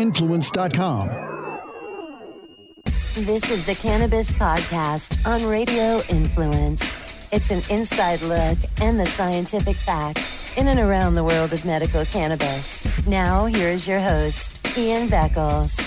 radioinfluence.com. This is the Cannabis Podcast on Radio Influence. It's an inside look and the scientific facts in and around the world of medical cannabis. Now, here is your host, Ian Beckles.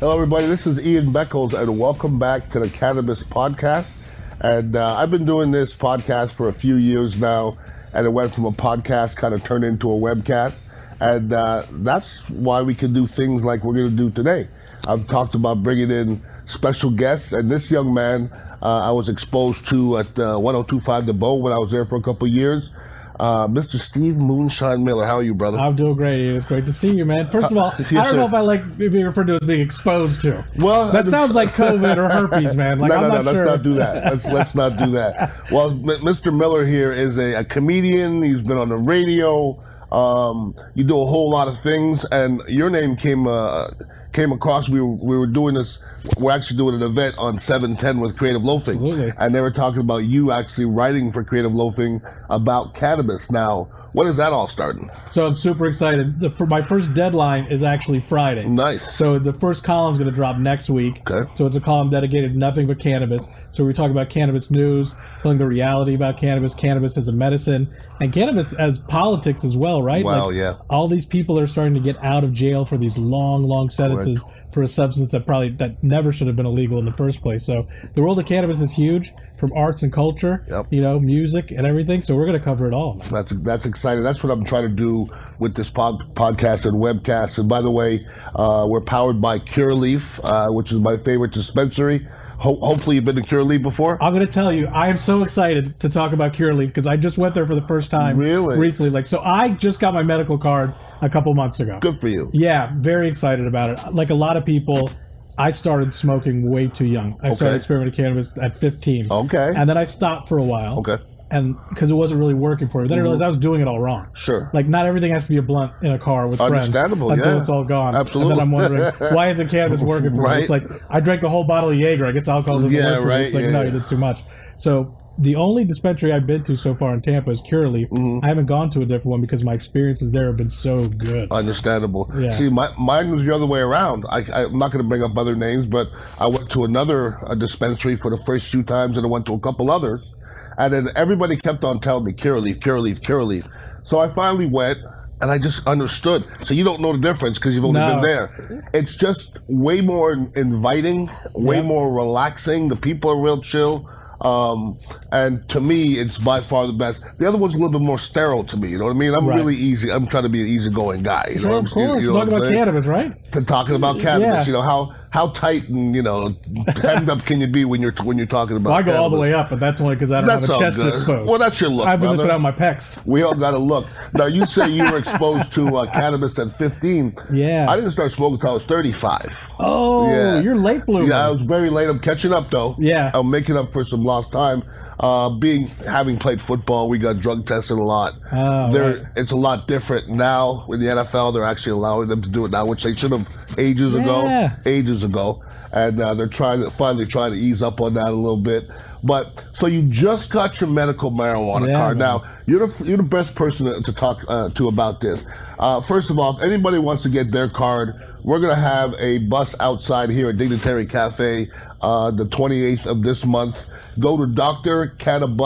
Hello, everybody. This is Ian Beckles, and welcome back to the Cannabis Podcast. And uh, I've been doing this podcast for a few years now, and it went from a podcast kind of turned into a webcast. And uh, that's why we can do things like we're going to do today. I've talked about bringing in special guests, and this young man uh, I was exposed to at uh, 1025 The Bow when I was there for a couple years. Uh, Mr. Steve Moonshine Miller, how are you, brother? I'm doing great. Ian. It's great to see you, man. First of all, Yes, I don't sir. know if I like being referred to as being exposed to. Well, that I- sounds like COVID or herpes, man. Like, no, I'm no, no. not Let's sure. not do that. Let's let's not do that. Well, M- Mr. Miller here is a, a comedian. He's been on the radio. Um, you do a whole lot of things, and your name came uh, came across. We were, we were doing this. We're actually doing an event on seven ten with Creative Loafing, Absolutely. and they were talking about you actually writing for Creative Loafing about cannabis. Now, when is that all starting? So I'm super excited. The, for my first deadline is actually Friday. Nice. So the first column's going to drop next week. Okay. So it's a column dedicated to nothing but cannabis. So we talk about cannabis news, telling the reality about cannabis, cannabis as a medicine, and cannabis as politics as well, right? Wow, yeah. All these people are starting to get out of jail for these long, long sentences for a substance that probably that never should have been illegal in the first place. So the world of cannabis is huge, from arts and culture, Yep. you know, music and everything. So we're going to cover it all. man. That's that's exciting. That's what I'm trying to do with this pod, podcast and webcast. And by the way, uh, we're powered by Cureleaf, uh, which is my favorite dispensary. Ho- hopefully, you've been to Cureleaf before. I'm gonna tell you, I am so excited to talk about Cureleaf because I just went there for the first time Really? recently. Like, so I just got my medical card a couple months ago. Good for you. Yeah, very excited about it. Like a lot of people, I started smoking way too young. I Okay. started experimenting with cannabis at 15. Okay. And then I stopped for a while. Okay. Mm-hmm. And because it wasn't really working for me, then I realized I was doing it all wrong. Sure. Like not everything has to be a blunt in a car with friends. Understandable, Until yeah. it's all gone. Absolutely. And then I'm wondering why isn't cannabis working for Right. me? It's like I drank a whole bottle of Jaeger. I guess alcohol doesn't Yeah, work for me. right, It's like yeah, no, yeah. you did too much. So the only dispensary I've been to so far in Tampa is Cureleaf. Mm-hmm. I haven't gone to a different one because my experiences there have been so good. Understandable. Yeah. See, my, mine was the other way around. I, I, am not going to bring up other names, but I went to another uh dispensary for the first few times, and I went to a couple others, and then everybody kept on telling me Cureleaf, Cureleaf, Cureleaf. So I finally went, and I just understood. So you don't know the difference because you've only No. been there. It's just way more in- inviting, way Yeah. more relaxing. The people are real chill. Um, and to me, it's by far the best. The other one's a little bit more sterile to me. You know what I mean? I'm Right. really easy. I'm trying to be an easygoing guy. You know Sure, what I'm of saying? course. You know Talking what I'm about saying? cannabis, right? To talking about cannabis, Yeah. you know how how tight and you know hemmed up can you be when you're when you're talking about? Well, I go all the cannabis? way up, but that's only because I don't That's have all a chest good. exposed. Well, that's your look, I've been brother. missing out on my pecs. We all got to look. Now you say you were exposed to uh, cannabis at 15. Yeah. I didn't start smoking until I was 35. Oh, Yeah. you're late bloomer. Yeah, I was very late. I'm catching up though. Yeah. I'm making up for some lost time. Uh, being having played football, we got drug tested a lot. Oh, They're- right. It's a lot different now in the NFL. They're actually allowing them to do it now, which they should have ages Yeah. ago. Ages ago, and uh, they're trying to finally trying to ease up on that a little bit. But so you just got your medical marijuana Yeah, card man. now. You're the, you're the best person to, to talk uh, to about this. Uh, first of all, if anybody wants to get their card, we're going to have a bus outside here at Dignitary Cafe uh, the 28th of this month. Go to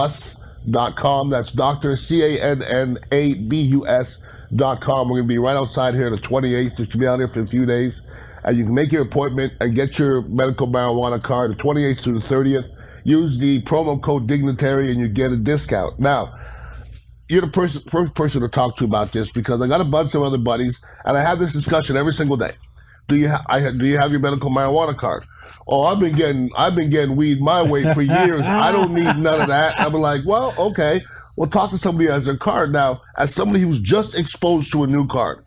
drcannabus.com. That's Dr. C A N N A B U S dot com. We're going to be right outside here the 28th. You should be out here for a few days. And you can make your appointment and get your medical marijuana card the 28th through the 30th. Use the promo code Dignitary and you get a discount. Now, you're the person, first person to talk to about this because I got a bunch of other buddies and I have this discussion every single day. Do you ha- I ha- do you have your medical marijuana card? Oh, I've been getting I've been getting weed my way for years. I don't need none of that. I'm like, well, okay. Well, talk to somebody who has their card now. As somebody who's just exposed to a new card,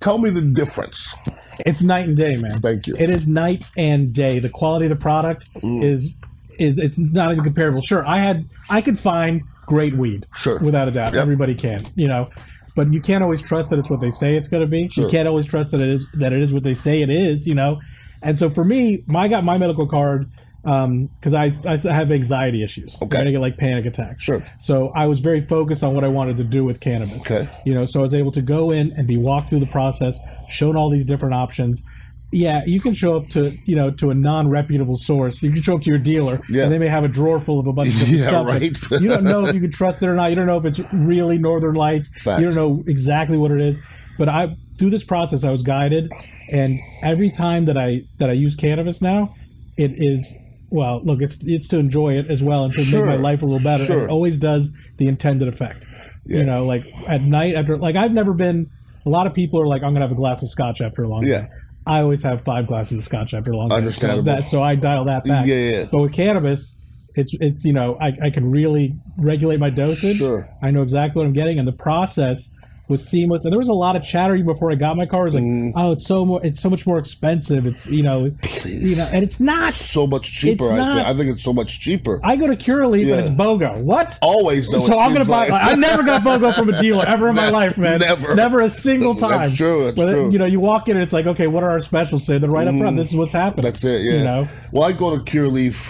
tell me the difference. It's night and day, man. Thank you. Mm. It is night and day. The quality of the product is is it's not even comparable. Sure, I had I could find great weed. Sure. Without a doubt. Yep. Everybody can, you know. But you can't always trust that it's what they say it's gonna be. Sure. You can't always trust that it is that it is what they say it is, you know. And so for me, my, I got my medical card because I, I have anxiety issues. Okay. And I get like panic attacks. Sure. So I was very focused on what I wanted to do with cannabis. Okay. You know, so I was able to go in and be walked through the process, shown all these different options. Yeah, you can show up to you know to a non-reputable source. You can show up to your dealer, Yeah. and they may have a drawer full of a bunch of different Yeah, stuff. but right. you don't know if you can trust it or not. You don't know if it's really Northern Lights. Fact. You don't know exactly what it is. But I through this process, I was guided, and every time that I that I use cannabis now, it is well. Look, it's it's to enjoy it as well and to Sure. make my life a little better. Sure. It always does the intended effect. Yeah. You know, like at night after like I've never been. A lot of people are like, I'm gonna have a glass of scotch after a long Yeah. day. I always have five glasses of scotch after a long day. So Understandable. that so I dial that back. Yeah, yeah. But with cannabis, it's it's you know I, I can really regulate my dosage. Sure. I know exactly what I'm getting, and the process was seamless. And there was a lot of chatter even before I got my car. It was like, Mm. oh, it's so more, it's so much more expensive. It's you know, it's, you know, and it's not. so much cheaper. It's I, not- think. I think it's so much cheaper. I go to Curaleaf Yeah. and it's BOGO. What? Always though. so it I'm gonna seems buy. like- I never got BOGO from a dealer ever in my Ne- life, man. never. a single That's time. true, that's Whether- true. Mm. You know, you walk in and it's like, okay, what are our specials today? They're right up front. This is what's happening. That's it. Yeah. You know, Well, I go to Cure Leaf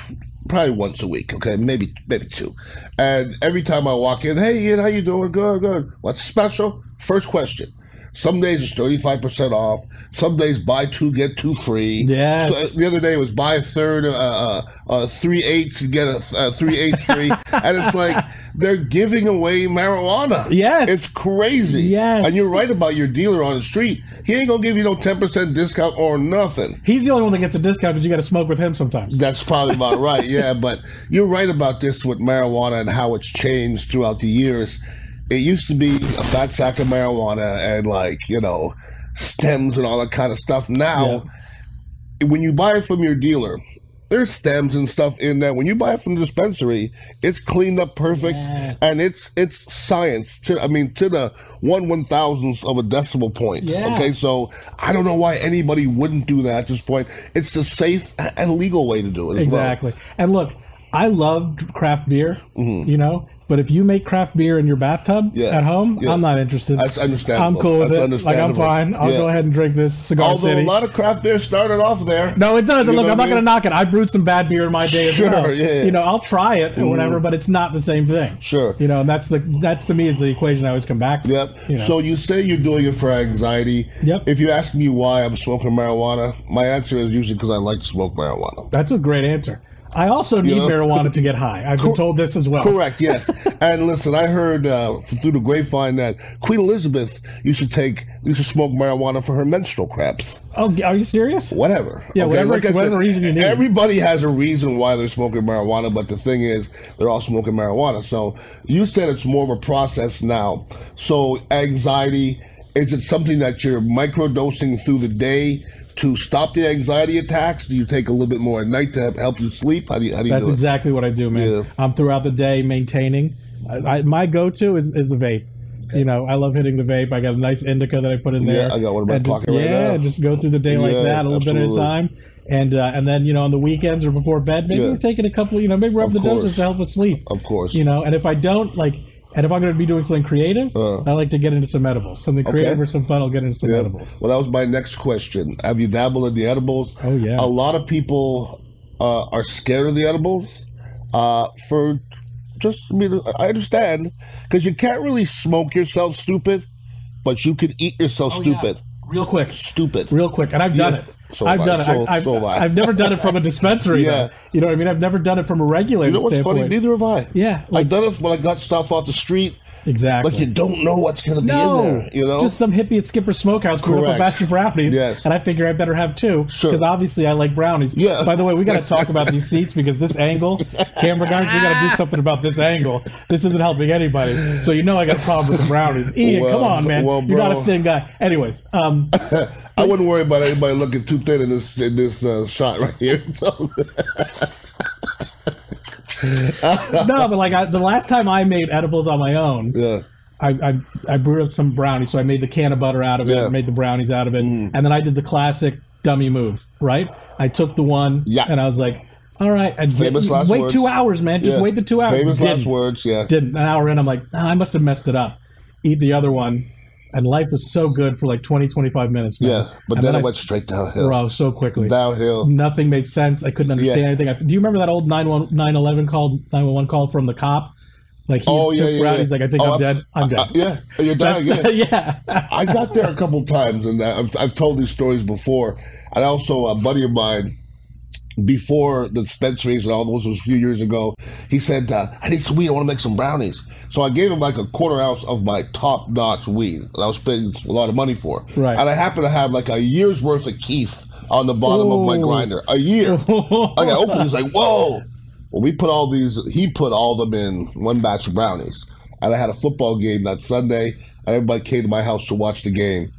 probably once a week. Okay, maybe maybe two. And every time I walk in, hey Ian, how you doing? Good, good. What's special? First question. Some days it's thirty five percent off. Some days buy two get two free. Yes. So, uh, the other day was buy a third, uh, uh, uh, three eighths and get a uh, three eighths free, and it's like they're giving away marijuana. Yes. It's crazy. Yes. And you're right about your dealer on the street. He ain't gonna give you no ten percent discount or nothing. he's the only one that gets a discount because you got to smoke with him sometimes. That's probably about right. Yeah, but you're right about this with marijuana and how it's changed throughout the years. It used to be a fat sack of marijuana and like you know stems and all that kind of stuff. Now, when you buy it from your dealer, there's stems and stuff in that. When you buy it from the dispensary, it's cleaned up perfect Yes. and it's it's science. To I mean, to the one one thousandth of a decimal point. Yeah. Okay, so I don't know why anybody wouldn't do that at this point. It's the safe and legal way to do it. As well. Exactly. And look, I love craft beer, you know, but if you make craft beer in your bathtub Mm-hmm. Yeah. at home, Yeah. I'm not interested. That's understandable. I'm cool with That's it. Like I'm understandable. fine. I'll Yeah. go ahead and drink this cigar Although city. a lot of craft beer started off there. no, it doesn't. You Look, know I'm what not I going to mean? knock it. I brewed some bad beer in my day as Sure, well. yeah. Mm-hmm. You know, I'll try it or whatever, but it's not the same thing. Sure. You know, and that's the that's to me is the equation I always come back to. Yep. You know? So you say you're doing it for anxiety. Yep. If you ask me why I'm smoking marijuana, my answer is usually because I like to smoke marijuana. that's a great answer. I also need know? marijuana to get high. I've been told this as well. Correct. Yes. and listen, I heard uh, through the grapevine that Queen Elizabeth used to take used to smoke marijuana for her menstrual cramps. Oh, are you serious? Whatever. Yeah, whatever- I whatever reason you need. Everybody has a reason why they're smoking marijuana, but the thing is, they're all smoking marijuana. So you said it's more of a process now. So anxiety is it something that you're microdosing through the day to stop the anxiety attacks? Do you take a little bit more at night to help you sleep? How do you how do you That's do it? exactly what I do, man. Yeah. I'm throughout the day maintaining. I, I, my go-to is, is the vape. You know, I love hitting the vape. I got a nice indica that I put in there. Yeah, I got one in my And just- pocket right yeah, now. just go through the day like Yeah, that, a little bit at a absolutely. time, and uh, and then you know on the weekends or before bed, maybe Yeah. we're taking a couple. You know, maybe we're up Of the doses course. to help with sleep. Of course. You know, and if I don't like, and if I'm going to be doing something creative, Uh. I like to get into some edibles, something creative or some fun. I'll get into some Yeah. edibles. Well, that was my next question. Have you dabbled in the edibles? Oh, yeah. A lot of people uh, are scared of the edibles. Uh, for just, I mean, I understand because you can't really smoke yourself stupid, but you can eat yourself Oh, stupid. Real quick, Stupid. real quick, and I've done Yeah. it. So I've have done I. it. So- I, have so have I. I've never done it from a dispensary. Yeah. though. You know what I mean? I've never done it from a regulator You know what's standpoint. funny? Neither have I. Yeah, I've done it when I got stuff off the street, exactly. but you don't know what's going to be no, in there. You know, just some hippie at Skipper Smokehouse grew up a Correct. batch of brownies, Yes. and I figure I better have two because Sure. obviously I like brownies. Yeah. By the way, we got to talk about these seats because this angle, camera guys, we got to do something about this angle. This isn't helping anybody. So you know I got a problem with the brownies. Ian, Well, come on, man, well, you're not bro. a thin guy. Anyways, um, I wouldn't worry about anybody looking too thin in this in this uh, shot right here. So, no, but like I, the last time I made edibles on my own, yeah. I, I I brewed up some brownies, so I made the can of butter out of it, Yeah. Mm. I made the brownies out of it, and then I did the classic dummy move, right? I took the one, Yeah. and I was like, "All right, I Famous last wait words. two hours, man, just yeah. wait the two hours." Famous Didn't. last words. Yeah. Didn't an hour in, I'm like, "Ah, I must have messed it up. Eat the other one, and life was so good for like 20, 25 minutes. man. Yeah, but And then, I it went straight downhill. bro so quickly. Downhill. Nothing made sense. I couldn't understand Yeah. anything. I, do you remember that old 911 911 call 911 call from the cop? Like he Oh, yeah, took yeah, route. yeah. He's like, I think Oh, I'm dead. I'm dead. Uh, yeah, you're down again. yeah. I got there a couple times, and I've, I've told these stories before. And also, a buddy of mine, before the dispensaries and all those was a few years ago, he said, uh, "I need some weed. I want to make some brownies." So I gave him like a quarter ounce of my top notch weed that I was spending a lot of money for. Right. And I happen to have like a year's worth of Keith on the bottom of my Ooh. grinder. A year. I got open. He's like, "Whoa!" Well, we put all these. He put all them in one batch of brownies, and I had a football game that Sunday, and everybody came to my house to watch the game,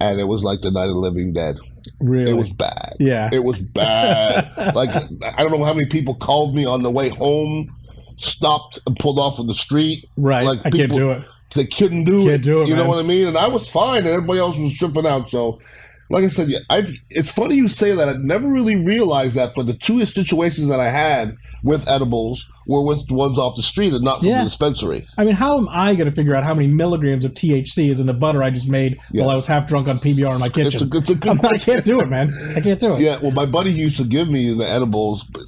and it was like the night of the living dead. really? It was bad. yeah. It was bad. like I don't know how many people called me on the way home, stopped and pulled off on the street. right. like I can't people- do it. They couldn't do Can't it. do it, you man. know what I mean? And I was fine, and everybody else was tripping out. So, like I said, yeah, I've, it's funny you say that. I never really realized that, but the two situations that I had with edibles were with ones off the street and not from Yeah. the dispensary. I mean, how am I going to figure out how many milligrams of THC is in the butter I just made Yeah. while I was half drunk on PBR in my It's a, kitchen? it's a good I'm- I can't do it, man. I can't do it. Yeah, well, my buddy used to give me the edibles. But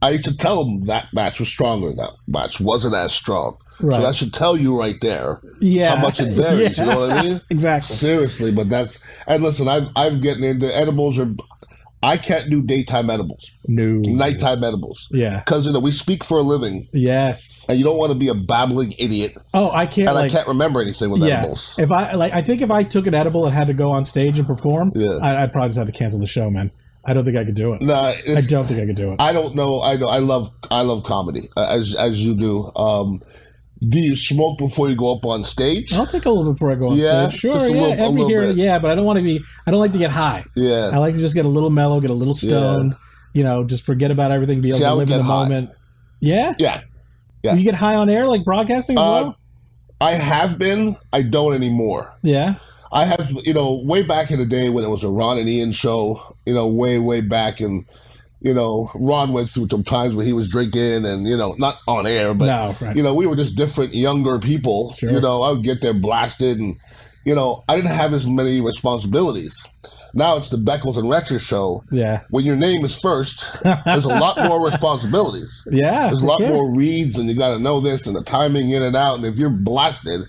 I used to tell him that match was stronger. That match wasn't as strong. Right. So that should tell you right there Yeah. how much it varies. Yeah. You know what I mean? Exactly. Seriously, but that's and listen, I'm I'm getting into edibles or I can't do daytime edibles, No. nighttime edibles, Yeah. because you know we speak for a living, Yes. and you don't want to be a babbling idiot, Oh, I can't. and like, I can't remember anything with yeah. edibles. If I like, I think if I took an edible and had to go on stage and perform, Yeah. I, I'd probably just have to cancel the show, man. I don't think I could do it. Nah, I it's, don't think I could do it. I don't know. I know. I love. I love comedy uh, as as you do. Um, do you smoke before you go up on stage? I'll take a little before I go on Yeah, stage. Sure, just a yeah, little- a every little here, bit. yeah, but I don't want to be. I don't like to get high. I Yeah. like to just get a little mellow, get a little stoned. You know, just forget about everything, be able See, I to would live in get the high. moment. Yeah, Yeah. Yeah. you get high on air, like broadcasting. as Uh, well? I have been. I don't anymore. Yeah, I have, you know, way back in the day when it was a Ron and Ian show, you know, way, way back. And, you know, Ron went through some times when he was drinking and, you know, not on air, but, no, right. you know, we were just different younger people. Sure. You know, I would get there blasted and, you know, I didn't have as many responsibilities. Now it's the Beckles and Retro show. yeah, When your name is first, there's a lot more responsibilities. yeah. There's a for lot sure. more reads, and you got to know this and the timing in and out. And if you're blasted,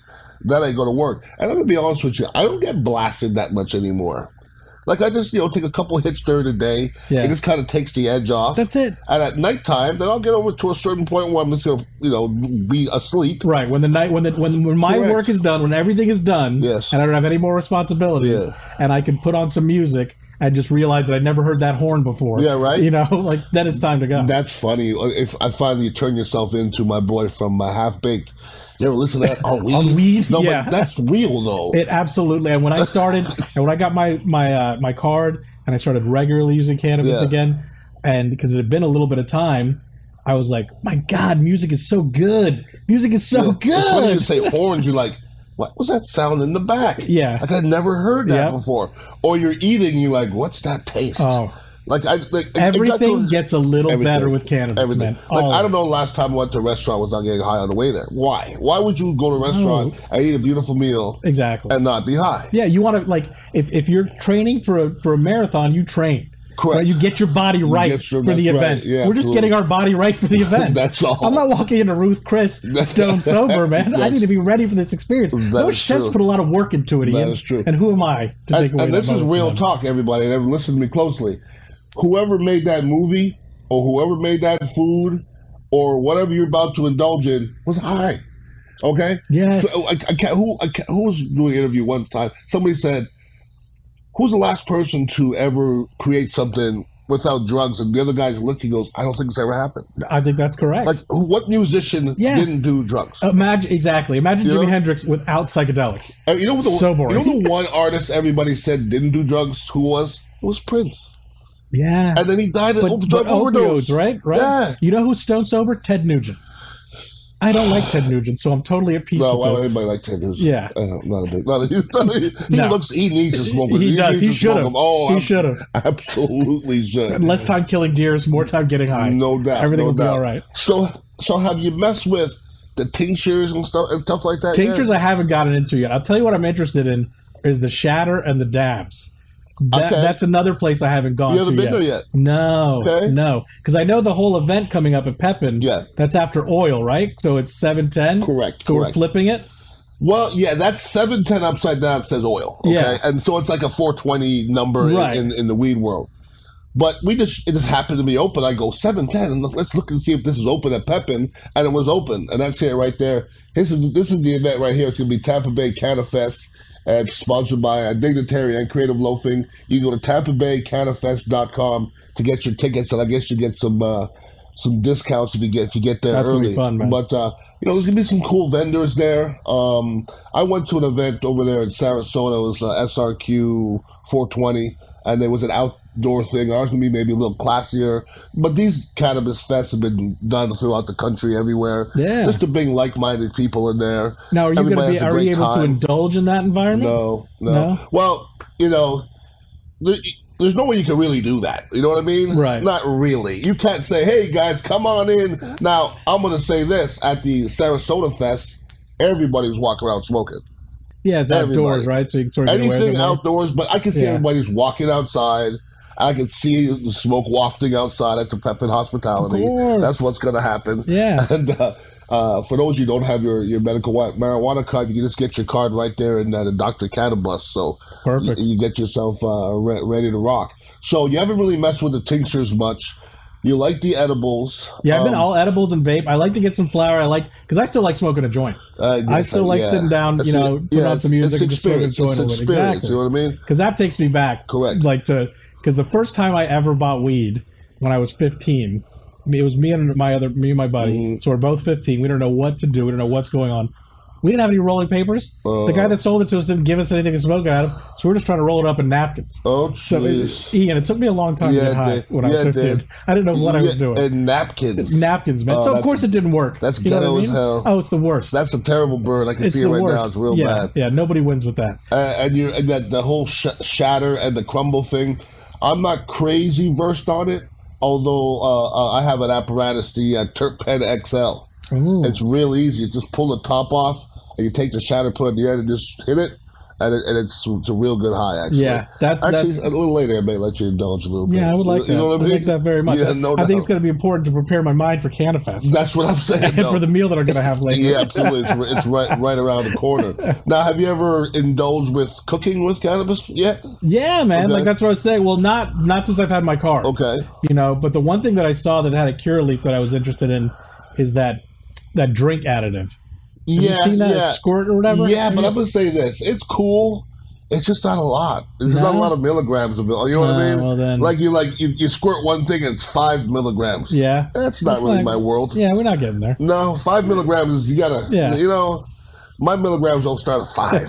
that ain't going to work. And I'm going to be honest with you, I don't get blasted that much anymore. Like I just you know take a couple hits during the day. Yeah. It just kind of takes the edge off. That's it. and at nighttime, then I'll get over to a certain point where I'm just going to you know be asleep. Right when the night when the when when my Correct. work is done, when everything is done, Yes. and I don't have any more responsibilities, Yeah. and I can put on some music and just realize that I never heard that horn before. Yeah, right. You know, like then it's time to go. That's funny. uh, If I finally turn yourself into my boy from uh, Half Baked, you ever listen to that on weed? On Weed? No, Yeah. but that's real though. It absolutely. And when I started, and when I got my my uh, my card, and I started regularly using cannabis Yeah. again, and because it had been a little bit of time, I was like, my God, music is so good. Music is so It's funny you Oh, good. say horns, you're like, what was that sound in the back? Yeah. Like, I never heard that Yep. before. Or you're eating, you're like, what's that taste? Oh, like, I, like, it- it got to- everything gets a little Everything. better with cannabis, Everything. man. Oh, Like, All I of don't it. know. the Last time I went to a restaurant without getting high on the way there. Why? Why would you go to a restaurant and eat a beautiful meal Exactly. and not be high? Yeah, you want to like if, if you're training for a for a marathon, you train. Correct. Right? You get your body right get your- for the that's right. event. Yeah, We're just absolutely. getting our body right for the event. That's all. I'm not walking into Ruth Chris stone sober, man. I That's- need to be ready for this experience. Those is chefs true. put a lot of work into it, That Ian. is true. And who am I to take and, away and that this is moment real from them? talk, everybody. And listen to me closely. Whoever made that movie or whoever made that food or whatever you're about to indulge in was high. Okay. Yes. So I, I can't, who I can't, who was doing an interview one time? Somebody said, "Who's the last person to ever create something without drugs?" And the other guy's looking, goes, "I don't think it's ever happened." I think that's correct. Like, who, what musician Yeah. didn't do drugs? imagine exactly. Imagine You Jimi know? Hendrix without psychedelics. And Uh, you know what the So you boring. know the one artist everybody said didn't do drugs? Who was? It was Prince. Yeah. and then he died of but, op- but drug overdose. opioids, right? Right. Yeah. You know who's stone sober? Ted Nugent. I don't like Ted Nugent, so I'm totally at peace No, with why would this. anybody like Ted? Yeah. uh, not a big. Not a, not a, he No. looks. He needs to smoke. He does. needs He to should smoke have. them. Oh, he ab- should have. Absolutely should. Less time killing deers, more time getting high. No doubt. no Everything will be doubt. all right. So, so have you messed with the tinctures and stuff and stuff like that? yet? Tinctures I haven't gotten into yet. I'll tell you what I'm interested in is the shatter and the dabs. That, Okay. That's another place I haven't gone You haven't to been yet. there yet? No, Okay. no, because I know the whole event coming up at Pepin. Yeah. that's after oil, right? So it's seven ten. Correct, So we're correct. flipping it. Well, yeah, that's seven ten upside down it says oil. Okay? Yeah. and so it's like a four twenty number in- Right. in, in, the weed world. But we just it just happened to be open. I go seven ten, and look, let's look and see if this is open at Pepin, and it was open, and that's here right there. This is this is the event right here. It's gonna be Tampa Bay Canna Fest, and it's sponsored by uh, Dignitary and Creative Loafing. You can go to TampaBayCannaFest.com to get your tickets, and I guess you get some uh, some discounts if you get if you get there That's gonna be early. fun, man. But but uh, you know, there's gonna be some cool vendors there. Um, I went to an event over there in Sarasota. It was uh, SRQ 420, and there was an outdoor thing. Ours gonna be maybe a little classier, but these cannabis fests have been done throughout the country, everywhere. Yeah. just to bring like-minded people in there. Now, are you going to Everybody be? has a Are you great able to time. indulge in that environment? No, no, No? Well, you know, there, there's no way you can really do that. You know what I mean? Right. Not really. You can't say, "Hey guys, come on in." Now, I'm going to say this at the Sarasota Fest, everybody's walking around smoking. Yeah, it's Everybody. outdoors, right? So you can sort of get away Anything with it. more. outdoors, but I can see Yeah. everybody's walking outside. I can see the smoke wafting outside at the Pepin Hospitality. Of course. That's what's going to happen. Yeah. And uh, uh, for those who don't have your, your medical wa- marijuana card, you can just get your card right there in uh, the Dr. Cannabis. So Perfect. You, you get yourself uh, re- ready to rock. So you haven't really messed with the tinctures much. You like the edibles. Yeah, I've been Um, all edibles and vape. I like to get some flour. I like because I still like smoking a joint uh, I still like sitting down, you know, put on some music It's and just smoke a experience. joint It's a little bit. experience. Exactly. You know what I mean? because that takes me back. Correct. Like to because the first time I ever bought weed when I was 15, me- it was me and my other me and my buddy. Mm-hmm. So we're both 15. We don't know what to do. We don't know what's going on. We didn't have any rolling papers. the Uh. guy that sold it to us didn't give us anything to smoke out of, so we're just trying to roll it up in napkins. Oh, So it, jeez. Ian, it took me a long time Yeah, to get high dude. when I Yeah, was 15. dude. I didn't know what I was Yeah, doing. And napkins. napkins, man. Oh, so of that's- course it didn't work. that's what ghetto as hell. Oh, it's the worst. That's a terrible bird. I can it's see it the right worst. now. It's real yeah, bad. yeah. Nobody wins with that. Uh, and you and that the whole sh- shatter and the crumble thing. I'm not crazy versed on it, although uh, uh, I have an apparatus, the uh, Turp Pen XL. Ooh. It's real easy. You just pull the top off, and you take the shatter, put it in the end, and just hit it, and, it, and it's, it's a real good high. Actually, Yeah, that- that- actually a little later I may let you indulge a little bit. Yeah, I would like you, that. You know what I I mean? like that very much. Yeah, no I think doubt. it's going to be important to prepare my mind for Canifest That's what I'm saying. and for though. the meal that I'm going to have later. Yeah, absolutely. It's, it's right right around the corner. Now, have you ever indulged with cooking with cannabis yet? Yeah, man. Okay. Like that's what I was saying. Well, not not since I've had my car. Okay. You know, but the one thing that I saw that had a cure leaf that I was interested in is that that drink additive. yeah, you seen that yeah. squirt or whatever? Yeah, but Yeah. I'm gonna say this: it's cool. It's just not a lot. It's not a No? lot of milligrams of it. You know what I Oh, mean? well then. Like you like you, you squirt one thing, and it's five milligrams. Yeah. that's not It's really like- my world. Yeah, we're not getting there. No, five milligrams is you gotta. Yeah. you know. My milligrams don't start at five.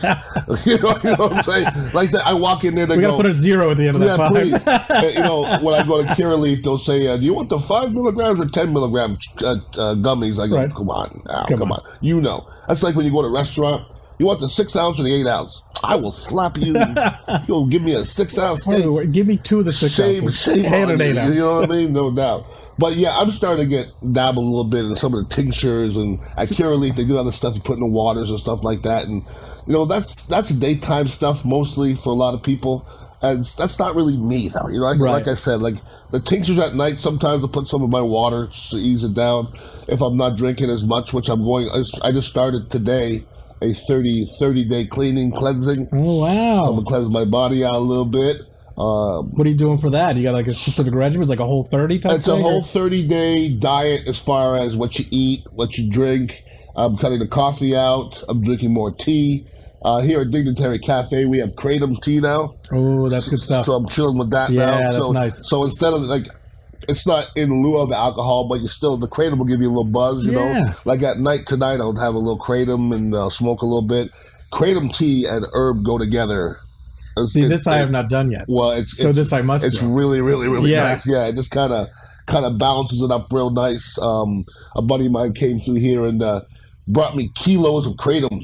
you, know, you know what I'm saying? Like that, I walk in there, they We got to go, put a zero at the end of Yeah, that please. five. Uh, you know, when I go to Curaleaf, they'll say, uh, "Do you want the five milligrams or ten milligram uh, uh, gummies?" I go, Right. "Come on, now, come, Come on. on." you know." That's like when you go to a restaurant. You want the six ounce or the eight ounce? I will slap you. You'll give me a six ounce. steak. Anyway, Give me two of the six Shame, ounces. shame and on an you. eight You ounce. know what I mean? No doubt. But yeah, I'm starting to get dabble a little bit in some of the tinctures and at Curaleaf they do other stuff you put in the waters and stuff like that. And you know that's that's daytime stuff mostly for a lot of people, and that's not really me though. You know, like, Right. like I said, like the tinctures at night sometimes I put some of my water to ease it down if I'm not drinking as much, which I'm going. I just- I just started today a 30 30 day cleaning cleansing. Oh I'm wow! gonna cleanse my body out a little bit. Um, What are you doing for that? You got like a specific regimen, It's like a whole thirty type it's a thing, or- whole 30 day diet as far as what you eat, what you drink. I'm cutting the coffee out. I'm drinking more tea. Uh, here at Dignitary Cafe, we have Kratom tea now. Oh, that's good stuff. So I'm chilling with that Yeah, now. that's so, nice. So instead of like, it's not in lieu of the alcohol, but you still the kratom will give you a little buzz. You know, Yeah. like at night tonight, I'll have a little kratom and uh, smoke a little bit. Kratom tea and herb go together. It's- See, it's- this I have not done yet. well, it's So it's- this I must It's do. really, really, really Yeah. nice. Yeah, it just kind of kind of balances it up real nice. Um, a buddy of mine came through here and uh, brought me kilos of kratom.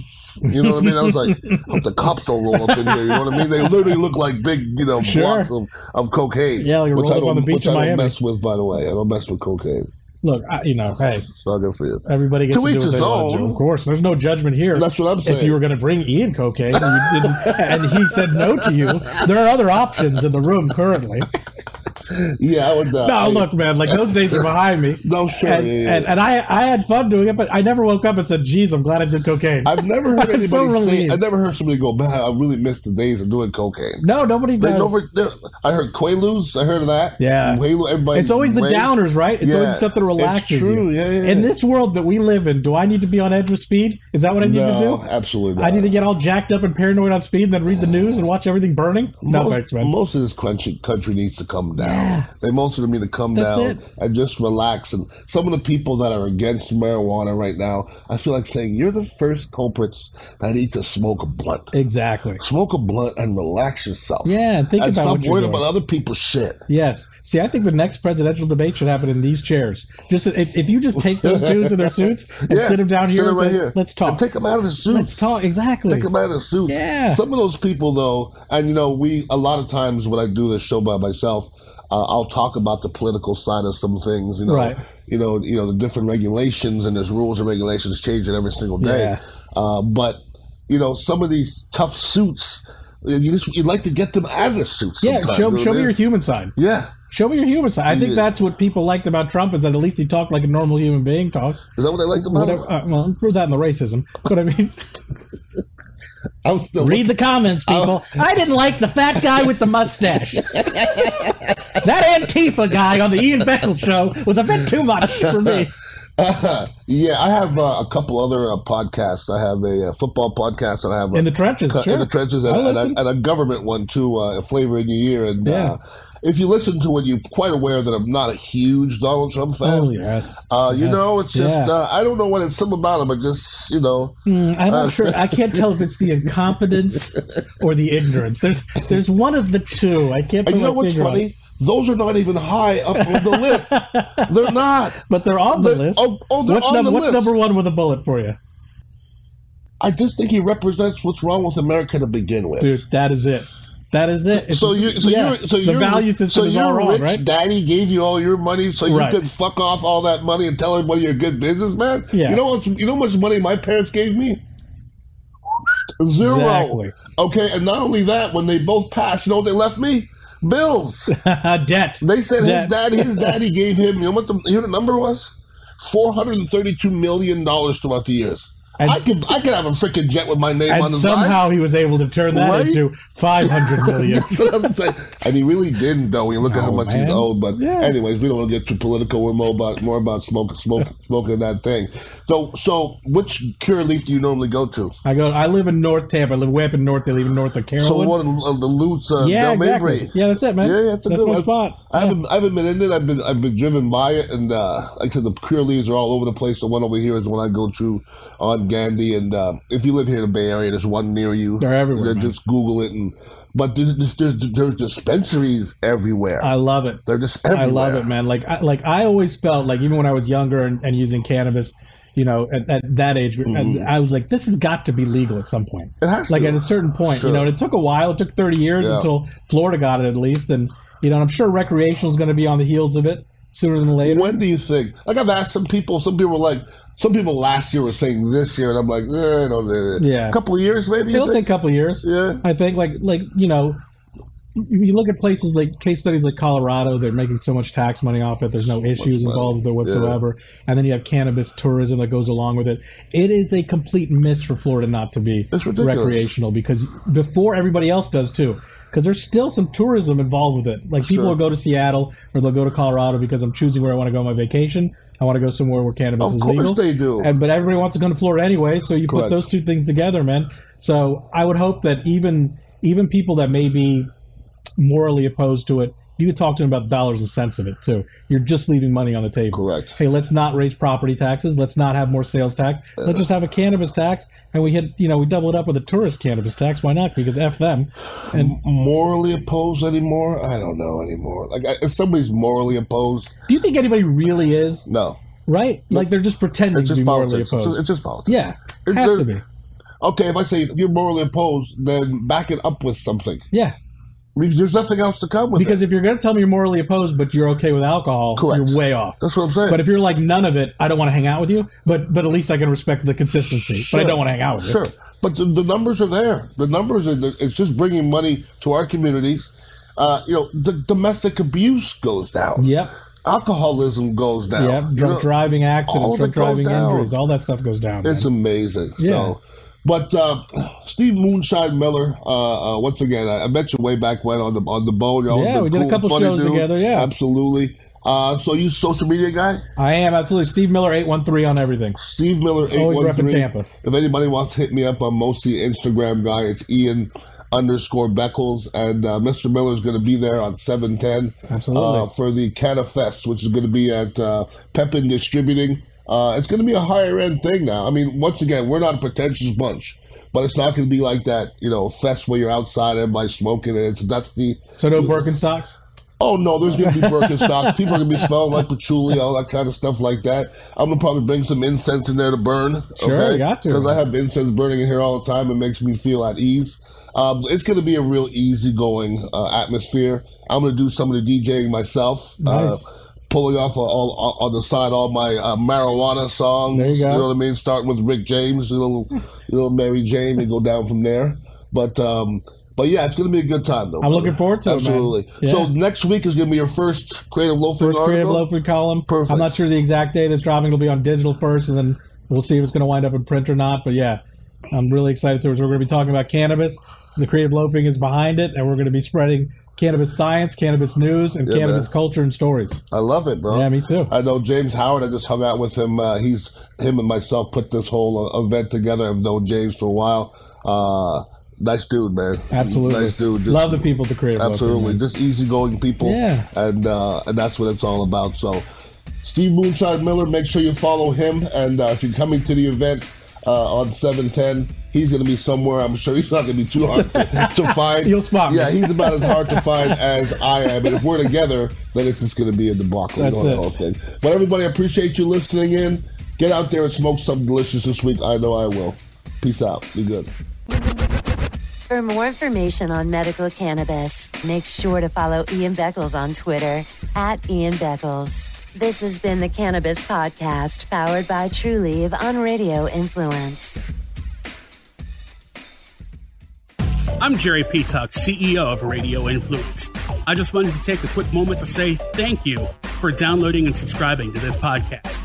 You know what I mean? I was like, I hope the cops don't roll up in here. You know what I mean? They literally look like big, you know, Sure. blocks of, of cocaine. Yeah, like a which roll I up on don't, the beach which in I don't Miami. mess with, by the way. I don't mess with cocaine. Look, I, you know, hey, It's not good for you. everybody gets To to, do each his what they want to do. own. Of course, there's no judgment here. That's what I'm If saying. you were going to bring Ian cocaine and, you didn't, and he said no to you, there are other options in the room currently. Yeah, I would. Uh, I- No, look, man, like those days are behind me. No, sure. And, yeah, yeah, and, and I, I had fun doing it, but I never woke up and said, "Geez, I'm glad I did cocaine." I've never heard I'm anybody so say. relieved. I never heard somebody go, "Man, I really missed the days of doing cocaine." no, nobody They does. never, they- I heard Quaaludes. I heard of that. Yeah. Quaalu- everybody. it's always the raved. downers, right? It's always stuff that relaxes it's true. you. Yeah, yeah. In this world that we live in, do I need to be on edge with speed? Is that what I need no, to do? absolutely. I not. need to get all jacked up and paranoid on speed, and then read the news and watch everything burning. No Most- thanks, man. Most of this country, country needs to come down. They most of them need to come That's down it. and just relax. And some of the people that are against marijuana right now, I feel like saying you're the first culprits that need to smoke a blunt. Exactly. Smoke a blunt and relax yourself. Yeah, and think and about stop what you're worrying doing. about other people's shit. Yes. See, I think the next presidential debate should happen in these chairs. Just if, if you just take those dudes in their suits and sit them down here, sit 'em and right say, here. let's talk. And take them out of the suits. let's talk. Exactly. Think about it, suits. Yeah. Some of those people, though, and you know, we a lot of times when I do this show by myself, uh, I'll talk about the political side of some things. You know, Right. you know, you know, the different regulations and there's rules and regulations changing every single day. Yeah. Uh, but you know, some of these tough suits, you just you'd like to get them out of the suits. yeah, sometimes, you show, know show what I me your mean? human side. Yeah, Show me your human side. I think Yeah. that's what people liked about Trump is that at least he talked like a normal human being talks. is that what I like about it? Whatever, uh, well, improve that in the racism. But I mean, I'm still read the comments, Oh. people. I didn't like the fat guy with the mustache. that Antifa guy on the Ian Beckle show was a bit too much for me. yeah, I have uh, a couple other uh, podcasts. I have a, uh football podcast, and I have a, In the trenches, cut sure. in the trenches and, I and, listen. a, and a government one too, uh, Flavor in Your Year. And Yeah. uh, if you listen to it, you're quite aware that I'm not a huge Donald Trump fan. Oh yes. Uh, you Yes. know, it's just Yeah. uh, I don't know what it's some about him, but just you know, Mm, I'm uh, not sure. I can't tell if it's the incompetence or the ignorance. There's there's one of the two. I can't. and Put you my know what's finger on it. funny? Those are not even high up on the list. They're not. But they're on the They're- list. oh, oh, they're what's on number the What's list. number one with a bullet for you, I just think he represents what's wrong with America to begin with. dude? That is it. That is it. It's- So you, so yeah. you're, so the you're, value system so is your all wrong, rich right? daddy gave you all your money, so you Right. could fuck off all that money and tell everybody you're a good businessman. Yeah. You know what's, You know how much money my parents gave me? Zero. Exactly. Okay, and not only that, when they both passed, you know what they left me? Bills. Debt. They said his Debt. daddy, his daddy gave him. You know what the, you know what the number was? Four hundred and thirty-two million dollars throughout the years. And- I could, I could have a freaking jet with my name on And the side. somehow he was able to turn that Right? into five hundred million. That's what I'm saying. And he really didn't, though. When you look at how No, much man. he's owed. But Yeah. anyways, we don't want to get too political. We're more about more about smoke, smoke, smoking that thing. So, so which cure leaf do you normally go to? I go. I live in North Tampa. I live way up in North. They live in North of Carolina. So the one of the Lutes, uh, Uh, yeah, Del exactly. Mabry. Yeah, that's it, man. Yeah, that's a good my one. spot. I haven't, I haven't been in it. I've been, I've been driven by it, and uh, like I said, the cure leaves are all over the place. The one over here is the one I go to on Gandhi, and uh, if you live here in the Bay Area, there's one near you. They're everywhere, Then man. Just Google it, and but there's, there's, there's dispensaries everywhere. I love it. They're just everywhere. I love it, man. Like, I, like I always felt like even when I was younger and, and using cannabis, you know, at, at that age, and Mm-hmm. I was like, this has got to be legal at some point. It has like to. at a certain point, Sure. you know. And it took a while. It took thirty years Yeah. until Florida got it at least, and you know, I'm sure recreational is going to be on the heels of it sooner than later. When do you think? Like I've asked some people. Some people are like, some people last year were saying this year, and I'm like, eh, no, no, no. Yeah. a couple of years maybe. you It'll take a think? couple of years. Yeah. I think like like you know, you look at places like case studies like Colorado. They're making so much tax money off it. There's no issues involved with it whatsoever. And then you have cannabis tourism that goes along with it. It is a complete miss for Florida not to be It's ridiculous. recreational because before everybody else does too. Because there's still some tourism involved with it. Like people Sure. will go to Seattle or they'll go to Colorado because I'm choosing where I want to go on my vacation. I want to go somewhere where cannabis Of is course legal. they do. And but everybody wants to come to Florida anyway, so you Correct. put those two things together, man. So I would hope that even even people that may be morally opposed to it, you could talk to them about dollars and cents of it too. You're just leaving money on the table. Correct. Hey, let's not raise property taxes. Let's not have more sales tax. Let's just have a cannabis tax, and we hit you know we double it up with a tourist cannabis tax. Why not? Because f them. And Morally opposed anymore? I don't know anymore. Like I, if somebody's morally opposed, do you think anybody really is no, right? Like they're just pretending it's to just be morally politics. It's opposed. just, it's just politics. yeah, It- has to there- be. Okay, if I say you're morally opposed, then back it up with something. Yeah. mean, there's nothing else to come with Because it. if you're going to tell me you're morally opposed, but you're okay with alcohol, Correct. you're way off. That's what I'm saying. But if you're like none of it, I don't want to hang out with you. But but at least I can respect the consistency. But I don't want to hang out with Sure, you. but the, the numbers are there. The numbers are. there. It's just bringing money to our communities. Uh, you know, the domestic abuse goes down. Yep. Alcoholism goes down. Yep. You Drunk know, driving all accidents, drunk that go driving down. injuries, all that stuff goes down. It's man. amazing. Yeah. So, but uh, Steve Moonshine Miller, uh, uh, once again, I, I met you way back when on the on the bone. You know, Yeah, the we did a cool, couple funny shows dude. together, yeah. absolutely. Uh, so you social media guy, I am absolutely Steve Miller eight one three on everything. Steve Miller eight Always one repping three. Tampa. If anybody wants to hit me up, I'm mostly Instagram guy. It's Ian underscore Beckles, and uh, Mr. Miller is going to be there on seven ten Absolutely. uh, for the Canna Fest, which is going to be at uh, Pepin Distributing. Uh, it's going to be a higher end thing now. I mean, once again, we're not a pretentious bunch, but it's not going to be like that, you know, fest where you're outside and everybody's smoking and it's dusty. So no Birkenstocks. Oh no, there's gonna be Birkenstock. People are gonna be smelling like patchouli, all that kind of stuff like that. I'm gonna probably bring some incense in there to burn. Sure, you got to. Because I have incense burning in here all the time. It makes me feel at ease. Um, it's gonna be a real easygoing uh, atmosphere. I'm gonna do some of the DJing myself. Nice. Uh, Pulling off all, all on the side all my uh, marijuana songs, There you go. know what I mean. Starting with Rick James, little little Mary Jane, and go down from there. But um, but yeah, it's gonna be a good time though. I'm looking forward to it, man. Absolutely. Yeah. So next week is going to be your first creative loafing First creative article. loafing column. Perfect. I'm not sure the exact day that's dropping. It'll be on digital first, and then we'll see if it's going to wind up in print or not. But yeah, I'm really excited. Towards we're going to be talking about cannabis. The creative loafing is behind it, and we're going to be spreading cannabis science, cannabis news, and cannabis man. culture and stories. I love it, bro. Yeah, me too. I know James Howard. I just hung out with him. Uh, he's him and myself put this whole uh, event together. I've known James for a while. Uh, nice dude, man. Absolutely. nice dude. Just- Love the people at the creative Absolutely, loafing. just easygoing people, Yeah. and uh, and that's what it's all about. So, Steve Moonshine Miller, make sure you follow him, and uh, if you're coming to the event uh, on seven ten, he's going to be somewhere. I'm sure he's not going to be too hard to find. You'll spot me. Yeah, he's about as hard to find as I am, and if we're together, then it's just going to be a debacle. That's the it. whole thing. But everybody, I appreciate you listening in. Get out there and smoke something delicious this week. I know I will. Peace out. Be good. For more information on medical cannabis, make sure to follow Ian Beckles on Twitter at Ian Beckles. This has been the Cannabis Podcast, powered by TrueLeave on Radio Influence. I'm Jerry P. Tuck, CEO of Radio Influence. I just wanted to take a quick moment to say thank you for downloading and subscribing to this podcast.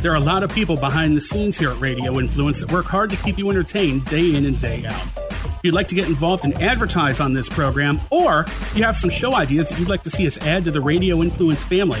There are a lot of people behind the scenes here at Radio Influence that work hard to keep you entertained day in and day out. If you'd like to get involved and advertise on this program, or you have some show ideas that you'd like to see us add to the Radio Influence family,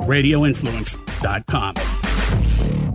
radioinfluence.com.